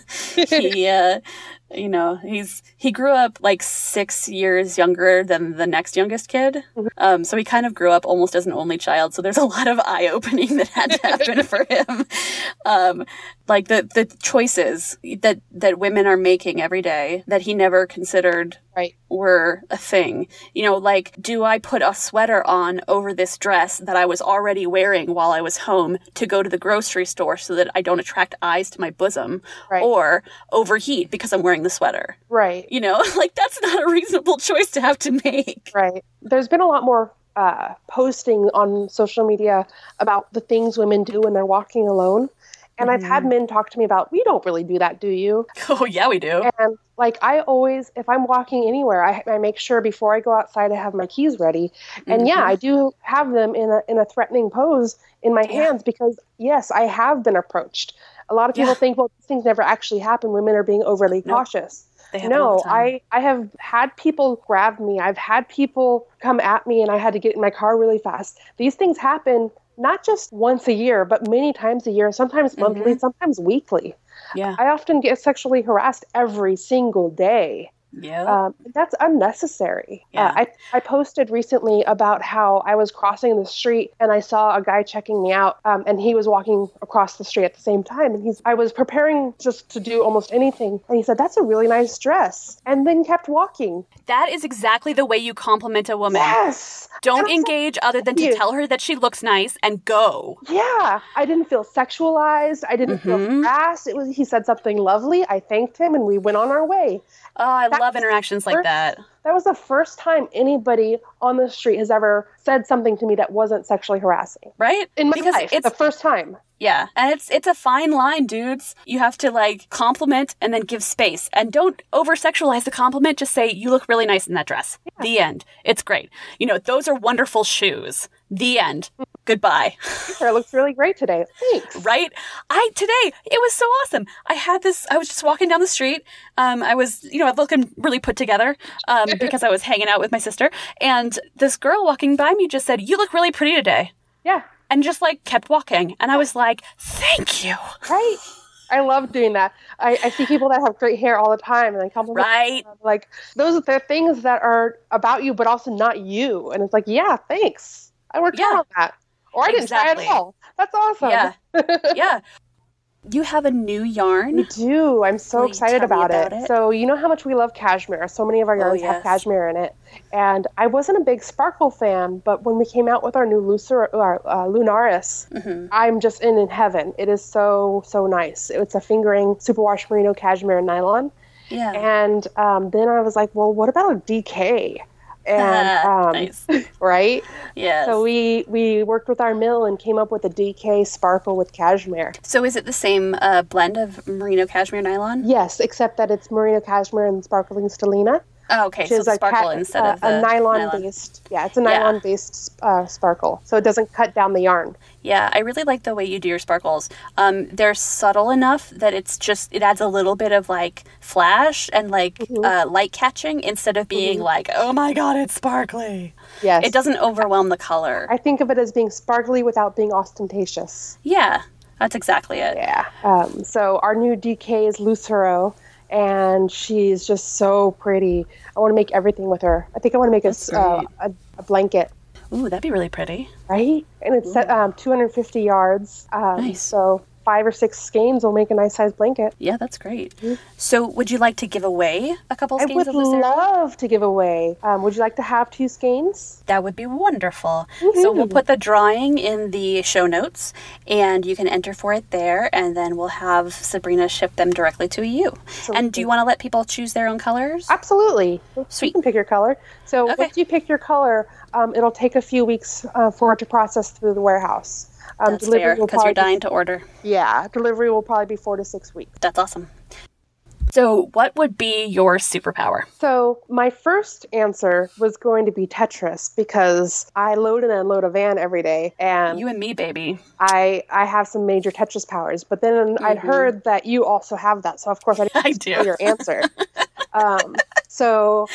he, uh, you know, he's he grew up like six years younger than the next youngest kid,
Mhm.
um, so he kind of grew up almost as an only child. So there's a lot of eye opening that had to happen for him, um, like the the choices that that women are making every day that he never considered
Right.
were a thing. You know, like, do I put a sweater on over this dress that I was already wearing while I was home to go to the grocery store so that I don't attract eyes to my bosom
Right.
or overheat because I'm wearing the sweater?
Right.
You know, like, that's not a reasonable choice to have to make.
Right. There's been a lot more uh, posting on social media about the things women do when they're walking alone. And I've
Mm-hmm.
had men talk to me about, we don't really do that, do you?
Oh, yeah, we do.
And like I always, if I'm walking anywhere, I, I make sure before I go outside I have my keys ready. And
Mm-hmm.
yeah, I do have them in a in a threatening pose in my
Yeah.
hands because yes, I have been approached. A lot of people
Yeah.
think, well, these things never actually happen. Women are being overly
Nope.
cautious.
Mm-hmm. They happen all the
No,
time.
I, I have had people grab me. I've had people come at me and I had to get in my car really fast. These things happen not just once a year, but many times a year, sometimes monthly, mm-hmm. sometimes weekly.
Yeah.
I often get sexually harassed every single day.
Yeah.
Um, that's unnecessary.
Yeah.
Uh, I, I posted recently about how I was crossing the street and I saw a guy checking me out um, and he was walking across the street at the same time. And he's, I was preparing just to do almost anything. And he said, That's a really nice dress. And then kept walking.
That is exactly the way you compliment a woman.
Yes.
Don't engage other than to tell her that she looks nice and go.
Yeah. I didn't feel sexualized. I didn't mm-hmm. feel harassed. It was, he said something lovely. I thanked him and we went on our way.
Oh, I that love interactions
first,
like that.
That was the first time anybody on the street has ever said something to me that wasn't sexually harassing.
Right?
In my because life, it's the first time.
Yeah, and it's it's a fine line, dudes. You have to like compliment and then give space, and don't over sexualize the compliment. Just say you look really nice in that dress.
Yeah.
The end. It's great. You know, those are wonderful shoes. The end. Goodbye.
It looks really great today. Thanks.
Right? I today it was so awesome. I had this. I was just walking down the street. Um, I was you know looking really put together um, because I was hanging out with my sister, and this girl walking by me just said, "You look really pretty today."
Yeah.
And just like kept walking, and I was like, "Thank you."
Right. I love doing that. I, I, see people that have great hair all the time, and I compliment
right.
Them. Like those are the things that are about you, but also not you. And it's like, yeah, thanks. I worked
Yeah.
hard on that, or I
Exactly.
didn't try at all. That's awesome.
Yeah. yeah. You have a new
We
yarn.
do. I'm so
Will you tell
excited
me
about,
about
it.
it? Oh,
So you know how much we love cashmere. So many of our yarns
yes.
have cashmere in it, and I wasn't a big sparkle fan, but when we came out with our new Lucer, our, uh, Lunaris,
Mhm.
I'm just in in heaven. It is so so nice. It's a fingering superwash merino cashmere and nylon,
Yeah.
and um, then I was like, well, what about a DK? And um,
uh, nice.
right,
Yes.
so we we worked with our mill and came up with a DK sparkle with cashmere.
So is it the same uh, blend of merino cashmere nylon?
Yes, except that it's merino cashmere and sparkling stellina.
Oh, okay.
which
So
is a,
sparkle
cat-
instead
uh,
of the
a nylon, based. Yeah, it's a
Yeah.
nylon based uh, sparkle, so it doesn't cut down the yarn.
Yeah, I really like the way you do your sparkles. Um, they're subtle enough that it's just it adds a little bit of like flash and like
Mm-hmm.
uh, light catching instead of being like, oh my god, it's sparkly.
Yes,
It doesn't overwhelm the color.
I think of it as being sparkly without being ostentatious.
yeah, that's exactly it.
Yeah. Um, so our new DK is Lucero, and she's just so pretty. I want to make everything with her. I think I want to make a, s- uh, a, a blanket.
Ooh, that'd be really pretty.
Right, and it's set, um, 250 yards. Um,
Nice.
So five or six skeins will make a nice size blanket.
Yeah, that's great. So, would you like to give away a couple
I
skeins
would
of Lucero?
love to give away. Um, would you like to have two skeins?
That would be wonderful. So we'll put the drawing in the show notes and you can enter for it there and then we'll have Sabrina ship them directly to you. And do you want to let people choose their own colors?
Absolutely. You
Sweet.
can pick your color. So
Okay.
once you pick your color, um, it'll take a few weeks uh, for it to process through the warehouse. Um,
That's fair because you're
probably
dying to order.
Be, yeah, delivery will probably be four to six weeks.
That's awesome. So, what would be your superpower?
So my first answer was going to be Tetris because I load and unload a van every day, and
You and me, baby.
I I have some major Tetris powers. But then I'd heard that you also have that, so of course I didn't
Mm-hmm. I
know
do.
your answer. um, so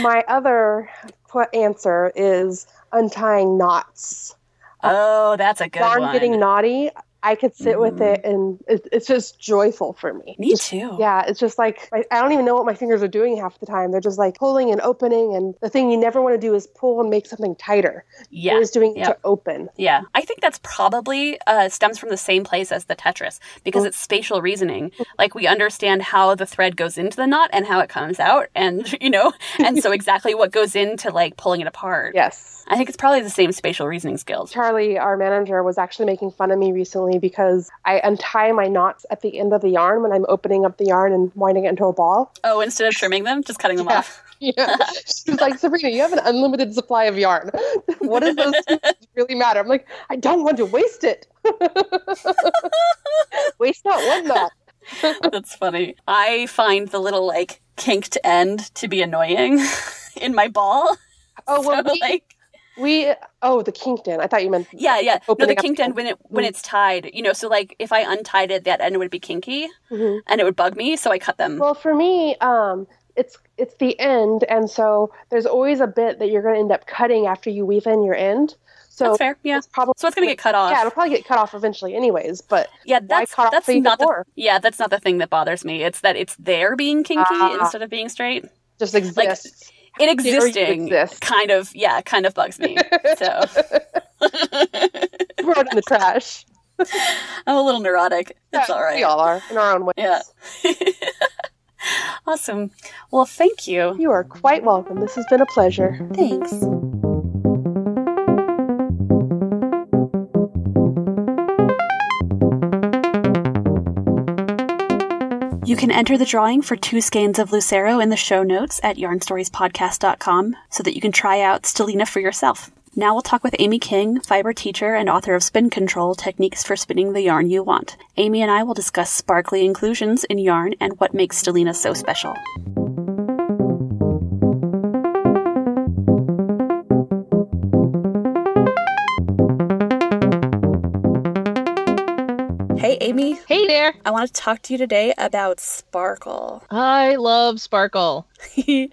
my other qu- answer is untying knots.
Oh, that's a good
Darn
one. Mm-hmm.
getting naughty. I could sit with it, and it, it's just joyful for me.
me
Just-
too.
Yeah, it's just like I I don't even know what my fingers are doing half the time. They're just like pulling and opening, and the thing you never want to do is pull and make something tighter.
Yeah.
You're just doing it
Yep.
to open.
Yeah, I think that's probably uh, stems from the same place as the Tetris because it's spatial reasoning.
Mm-hmm.
Like we understand how the thread goes into the knot and how it comes out, and you know, and so exactly what goes into like pulling it apart.
Yes.
I think it's probably the same spatial reasoning skills.
Charlie, our manager, was actually making fun of me recently because I untie my knots at the end of the yarn when I'm opening up the yarn and winding it into a ball.
Oh, instead of trimming them, just cutting them
Yeah.
off.
Yeah. she was like, Sabrina, you have an unlimited supply of yarn. what does those scoops really matter? I'm like, I don't want to waste it. waste not one knot.
That's funny. I find the little like kinked end to be annoying in my ball.
Oh, well,
So,
we,
like
we, oh, the Kinkton. I thought you meant,
Yeah, yeah. No, the
Opening up
kinked
the-
end when it when
Mm.
it's tied, you know. So like, if I untied it, that end would be kinky,
Mhm.
and it would bug me. So I cut them.
well, for me, um, it's it's the end, and so there's always a bit that you're going to end up cutting after you weave in your end. So
that's fair. Yeah.
It's probably
So it's gonna get cut off.
yeah, it'll probably get cut off eventually, anyways. But
Yeah,
why
that's
cut off
that's
the
not the
before?
yeah that's not the thing that bothers me. It's that it's there being kinky
Ah.
instead of being straight.
just exists.
It
you
existing
exist.
kind of yeah kind of bugs me. so
Throw it in the trash.
I'm a little neurotic. It's
Yeah,
all right.
We all are in our own ways.
Yeah. Awesome. Well, thank you.
You are quite welcome. This has been a pleasure.
Thanks. You can enter the drawing for two skeins of Lucero in the show notes at yarnstoriespodcast.com so that you can try out Stellina for yourself. Now we'll talk with Amy King, fiber teacher and author of Spin Control Techniques for Spinning the Yarn You Want. Amy and I will discuss sparkly inclusions in yarn and what makes Stellina so special. Hey, Amy.
Hey there.
I want to talk to you today about sparkle.
I love sparkle.
it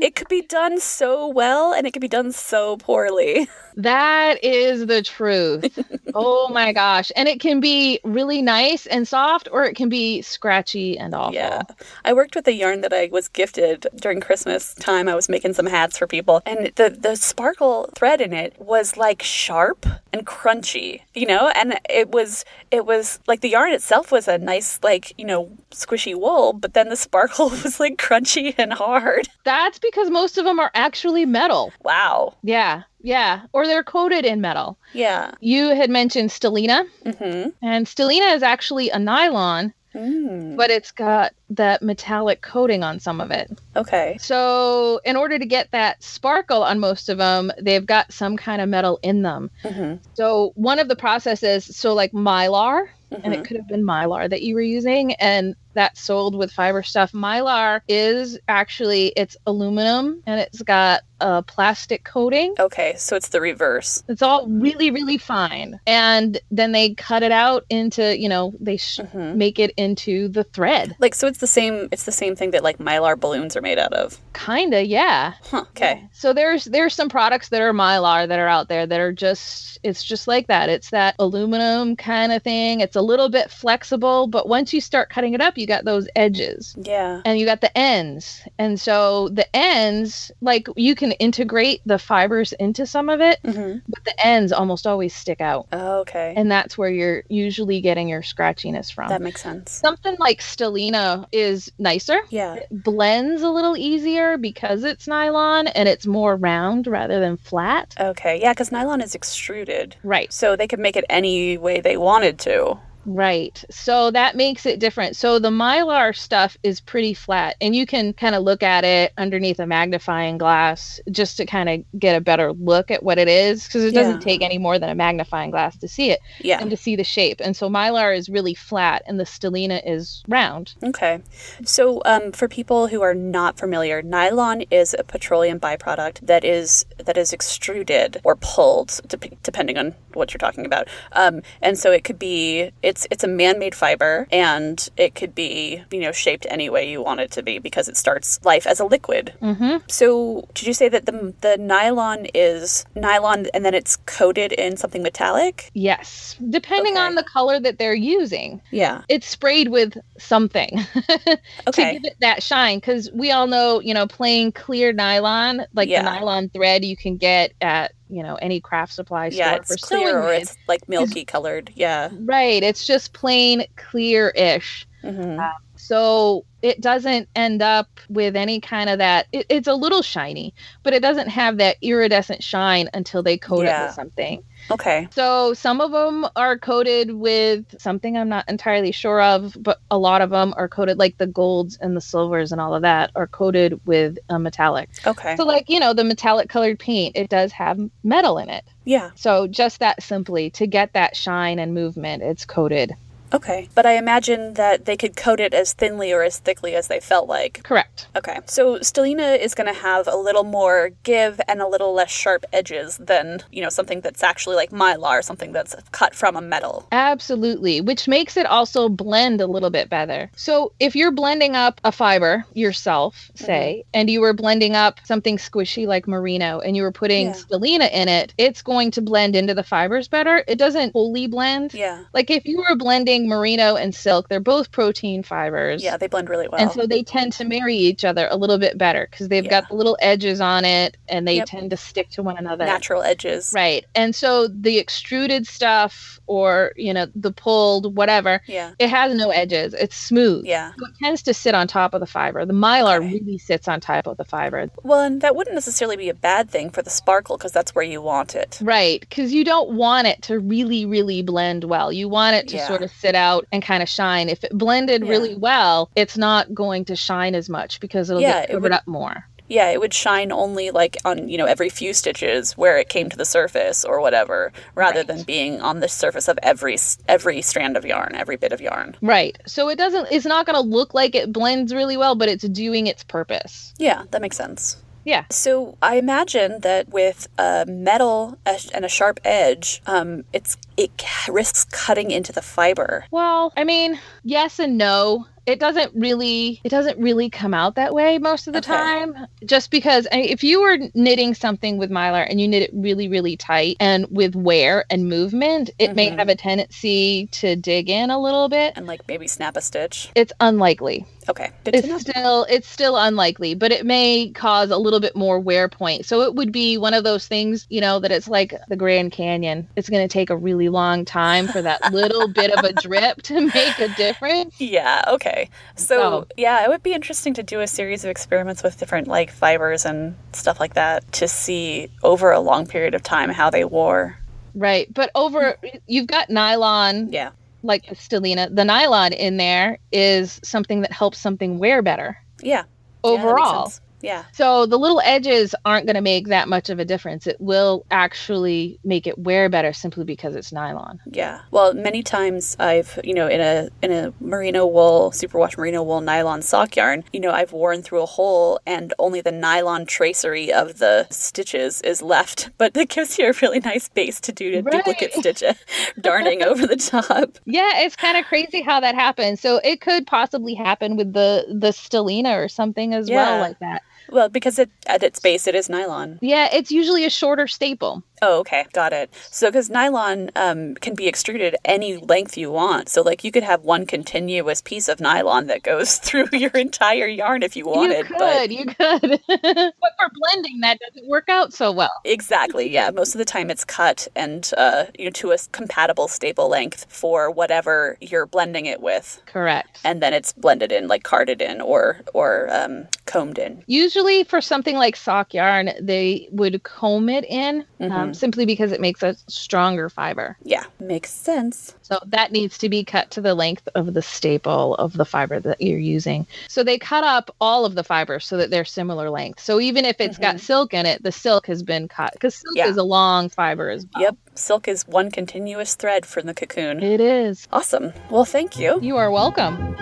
it could be done so well and it could be done so poorly.
That is the truth. oh my gosh. And it can be really nice and soft or it can be scratchy and awful.
Yeah. I worked with the yarn that I was gifted during Christmas time. I was making some hats for people and the the sparkle thread in it was like sharp and crunchy, you know? And it was it was like the yarn itself was a nice like, you know, squishy wool, but then the sparkle was like crunchy and hard.
That's because most of them are actually metal.
Wow.
Yeah. Yeah. Or they're coated in metal.
Yeah.
You had mentioned Stellina,
Mhm.
and Stellina is actually a nylon,
Mm.
but it's got that metallic coating on some of it.
Okay.
So, in order to get that sparkle on most of them, they've got some kind of metal in them.
Mhm.
So one of the processes, so like mylar, and
Mhm.
it could have been mylar that you were using, and that's sold with fiber stuff. Mylar is actually it's aluminum and it's got a plastic coating.
Okay, so it's the reverse.
It's all really really fine, and then they cut it out into you know they sh-
Mhm.
make it into the thread.
Like so it's the same it's the same thing that like mylar balloons are made out of.
Kinda, yeah.
Huh. Okay.
So there's there's some products that are mylar that are out there that are just it's just like that. It's that aluminum kind of thing. It's a little bit flexible, but once you start cutting it up, you got those edges
Yeah.
and you got the ends. And so the ends, like you can integrate the fibers into some of it,
Mhm.
but the ends almost always stick out.
Oh, okay.
And um, that's where you're usually getting your scratchiness from.
that makes sense.
Something like Stellina is nicer
Yeah.
blends a little easier because it's nylon and it's more round rather than flat.
Okay. Yeah, cuz nylon is extruded.
Right,
So they could make it any way they wanted to.
right. So that makes it different. So the mylar stuff is pretty flat and you can kind of look at it underneath a magnifying glass just to kind of get a better look at what it is because it doesn't
Yeah.
take any more than a magnifying glass to see it
Yeah.
and to see the shape. And so mylar is really flat and the stellina is round.
Okay. So, um, for people who are not familiar, nylon is a petroleum byproduct that is that is extruded or pulled, dep depending on what you're talking about. Um, and so it could be it's it's a man-made fiber, and it could be you know shaped any way you want it to be because it starts life as a liquid.
Mm-hmm.
So, did you say that the the nylon is nylon, and then it's coated in something metallic?
Yes, depending
Okay.
on the color that they're using.
Yeah.
It's sprayed with something. to
Okay.
give it that shine because we all know you know plain clear nylon like
Yeah.
the nylon thread you can get at you know any craft supply store
Yeah, it's
for
clear
sewing
or
with.
it's like milky colored. Yeah.
right it's just plain clear-ish
hmm
Uh, so it doesn't end up with any kind of that it, it's a little shiny but it doesn't have that iridescent shine until they coat it
Yeah.
with something
Okay.
so some of them are coated with something I'm not entirely sure of, but a lot of them are coated like the golds and the silvers and all of that are coated with a metallic.
Okay.
So like, you know, the metallic colored paint, it does have metal in it.
yeah.
So just that simply to get that shine and movement, it's coated.
Okay. But I imagine that they could coat it as thinly or as thickly as they felt like.
Correct.
Okay. So Stellina is going to have a little more give and a little less sharp edges than, you know, something that's actually like mylar, something that's cut from a metal.
Absolutely, which makes it also blend a little bit better. So if you're blending up a fiber yourself,
Mm-hmm.
say, and you were blending up something squishy like merino and you were putting
Yeah.
stellina in it, it's going to blend into the fibers better. It doesn't wholly blend.
Yeah.
Like if you were blending merino and silk, they're both protein fibers.
Yeah, they blend really well.
And so they tend to marry each other a little bit better because they've
Yeah.
got the little edges on it and they
Yep.
tend to stick to one another.
natural edges.
Right. And so the extruded stuff or, you know, the pulled, whatever,
Yeah.
it has no edges. It's smooth.
Yeah.
So it tends to sit on top of the fiber. The mylar
Okay.
really sits on top of the fiber.
Well, and that wouldn't necessarily be a bad thing for the sparkle because that's where you want it.
Right. Because you don't want it to really, really blend well. You want it to
Yeah.
sort of sit out and kind of shine. If it blended
Yeah.
really well, it's not going to shine as much because it'll
Yeah,
get
it
covered
would-
up more.
Yeah, it would shine only like on, you know, every few stitches where it came to the surface or whatever, rather
Right.
than being on the surface of every s- every strand of yarn, every bit of yarn.
Right. So it doesn't, it's not going to look like it blends really well, but it's doing its purpose.
Yeah, that makes sense.
Yeah.
So I imagine that with a metal esh- and a sharp edge, um, it's it c- risks cutting into the fiber.
Well, I mean, yes and no. It doesn't really it doesn't really come out that way most of the
Okay.
time just because I if you were knitting something with mylar and you knit it really really tight and with wear and movement, it may
Mhm.
have a tendency to dig in a little bit.
And like maybe snap a stitch.
It's unlikely.
Okay, good to know.
It's still it's still unlikely, but it may cause a little bit more wear point. So it would be one of those things, you know, that it's like the Grand Canyon. It's going to take a really long time for that little bit of a drip to make a difference.
Yeah, okay. So,
So-
yeah, it would be interesting to do a series of experiments with different like fibers and stuff like that to see over a long period of time how they wore.
Right. But over, you've got nylon,
Hmm. Yeah.
like the Stellina. The nylon in there is something that helps something wear better
Yeah. Yeah, that makes
overall.
sense. Yeah.
so the little edges aren't going to make that much of a difference. It will actually make it wear better simply because it's nylon.
Yeah. Well, many times I've, you know, in a in a merino wool, superwash merino wool nylon sock yarn, you know, I've worn through a hole and only the nylon tracery of the stitches is left, but that gives you a really nice base to do to
Right.
duplicate stitch darning over the top.
Yeah, it's kind of crazy how that happens. So it could possibly happen with the the Stellina or something as
Yeah.
well like that.
Well, because it at its base it is nylon.
Yeah, it's usually a shorter staple.
Oh, okay. Got it. So, because nylon um, can be extruded any length you want. So, like, you could have one continuous piece of nylon that goes through your entire yarn if you wanted.
you could,
But
you could. but for blending that doesn't work out so well.
exactly. Yeah. Most of the time it's cut and, uh, you know, to a s- compatible staple length for whatever you're blending it with.
Correct.
And then it's blended in, like carded in or, or um, combed in.
Usually, for something like sock yarn, they would comb it in
Mm-hmm.
um, simply because it makes a stronger fiber.
Yeah. Makes sense.
So, that needs to be cut to the length of the staple of the fiber that you're using. So, they cut up all of the fibers so that they're similar length. So, even if it's got silk in it, the silk has been cut because silk
Mm-hmm. Yeah.
is a long fiber as well.
Yep. Silk is one continuous thread from the cocoon.
It is.
Awesome. Well, thank you.
You are welcome.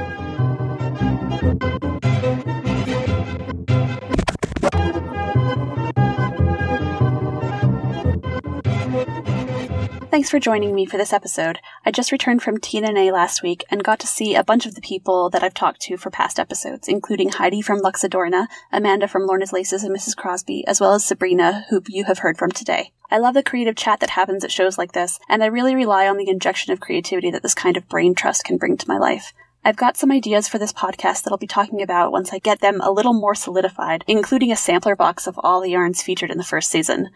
Thanks for joining me for this episode. I just returned from TNNA last week and got to see a bunch of the people that I've talked to for past episodes, including Heidi from Luxadorna, Amanda from Lorna's Laces and Mrs. Crosby, as well as Sabrina, who you have heard from today. I love the creative chat that happens at shows like this, and I really rely on the injection of creativity that this kind of brain trust can bring to my life. I've got some ideas for this podcast that I'll be talking about once I get them a little more solidified, including a sampler box of all the yarns featured in the first season.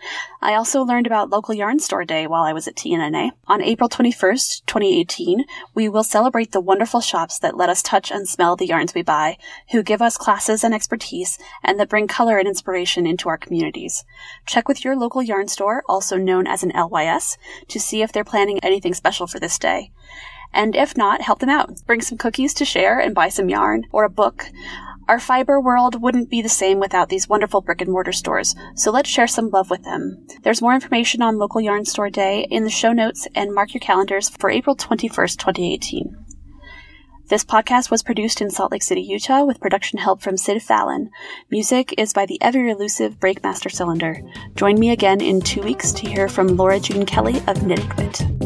I also learned about Local Yarn Store Day while I was at TNNA. On April 21st, 2018, we will celebrate the wonderful shops that let us touch and smell the yarns we buy, who give us classes and expertise, and that bring color and inspiration into our communities. Check with your local yarn store, also known as an LYS, to see if they're planning anything special for this day. And if not, help them out. Bring some cookies to share and buy some yarn or a book. Our fiber world wouldn't be the same without these wonderful brick and mortar stores, so let's share some love with them. There's more information on Local Yarn Store Day in the show notes and mark your calendars for April 21st, 2018. This podcast was produced in Salt Lake City, Utah, with production help from Sid Fallon. Music is by the ever elusive Breakmaster Cylinder. Join me again in two weeks to hear from Laura June Kelly of Knitted Wit.